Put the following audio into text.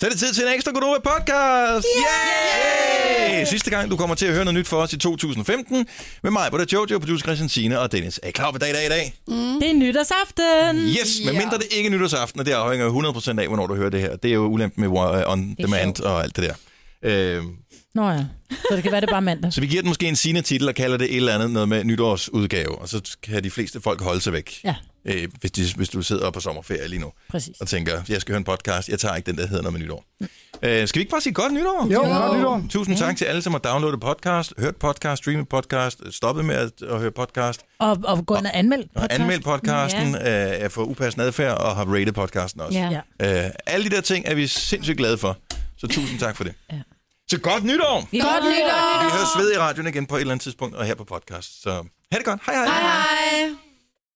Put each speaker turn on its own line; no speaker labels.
Så er det tid til en ekstra Godnova podcast. Yay! Yay! Sidste gang, du kommer til at høre noget nyt for os i 2015. Med mig, på det Jojo, producer Christian Sine og Dennis. Er I klar på dag i dag i dag?
Det er nytårsaften.
Yes, men mindre det ikke er nytårsaften, og det afhænger jo 100% af, hvornår du hører det her. Det er jo ulempen med uh, on demand og alt det der. Øh,
Nå ja, så det kan være, det er bare mandag.
så vi giver den måske en sine titel og kalder det et eller andet noget med nytårsudgave, og så kan de fleste folk holde sig væk.
Ja,
Øh, hvis, de, hvis du sidder på sommerferie lige nu
præcis.
og tænker, jeg skal høre en podcast, jeg tager ikke den, der hedder noget med nytår. Øh, skal vi ikke bare sige godt nytår?
Jo, godt nytår.
Tusind tak til alle, som har downloadet podcast, hørt podcast, streamet podcast, stoppet med at, at høre podcast,
Og, og gå ind og anmeld
podcast. og anmeldt podcasten, ja. øh, for upassende adfærd og har rated podcasten også.
Ja.
Øh, alle de der ting er vi sindssygt glade for, så tusind tak for det.
Ja.
Så godt nytår!
Godt nytår!
Vi høres ved i radioen igen på et eller andet tidspunkt, og her på podcast. Så ha' det godt. Hej hej! hej.
Hej.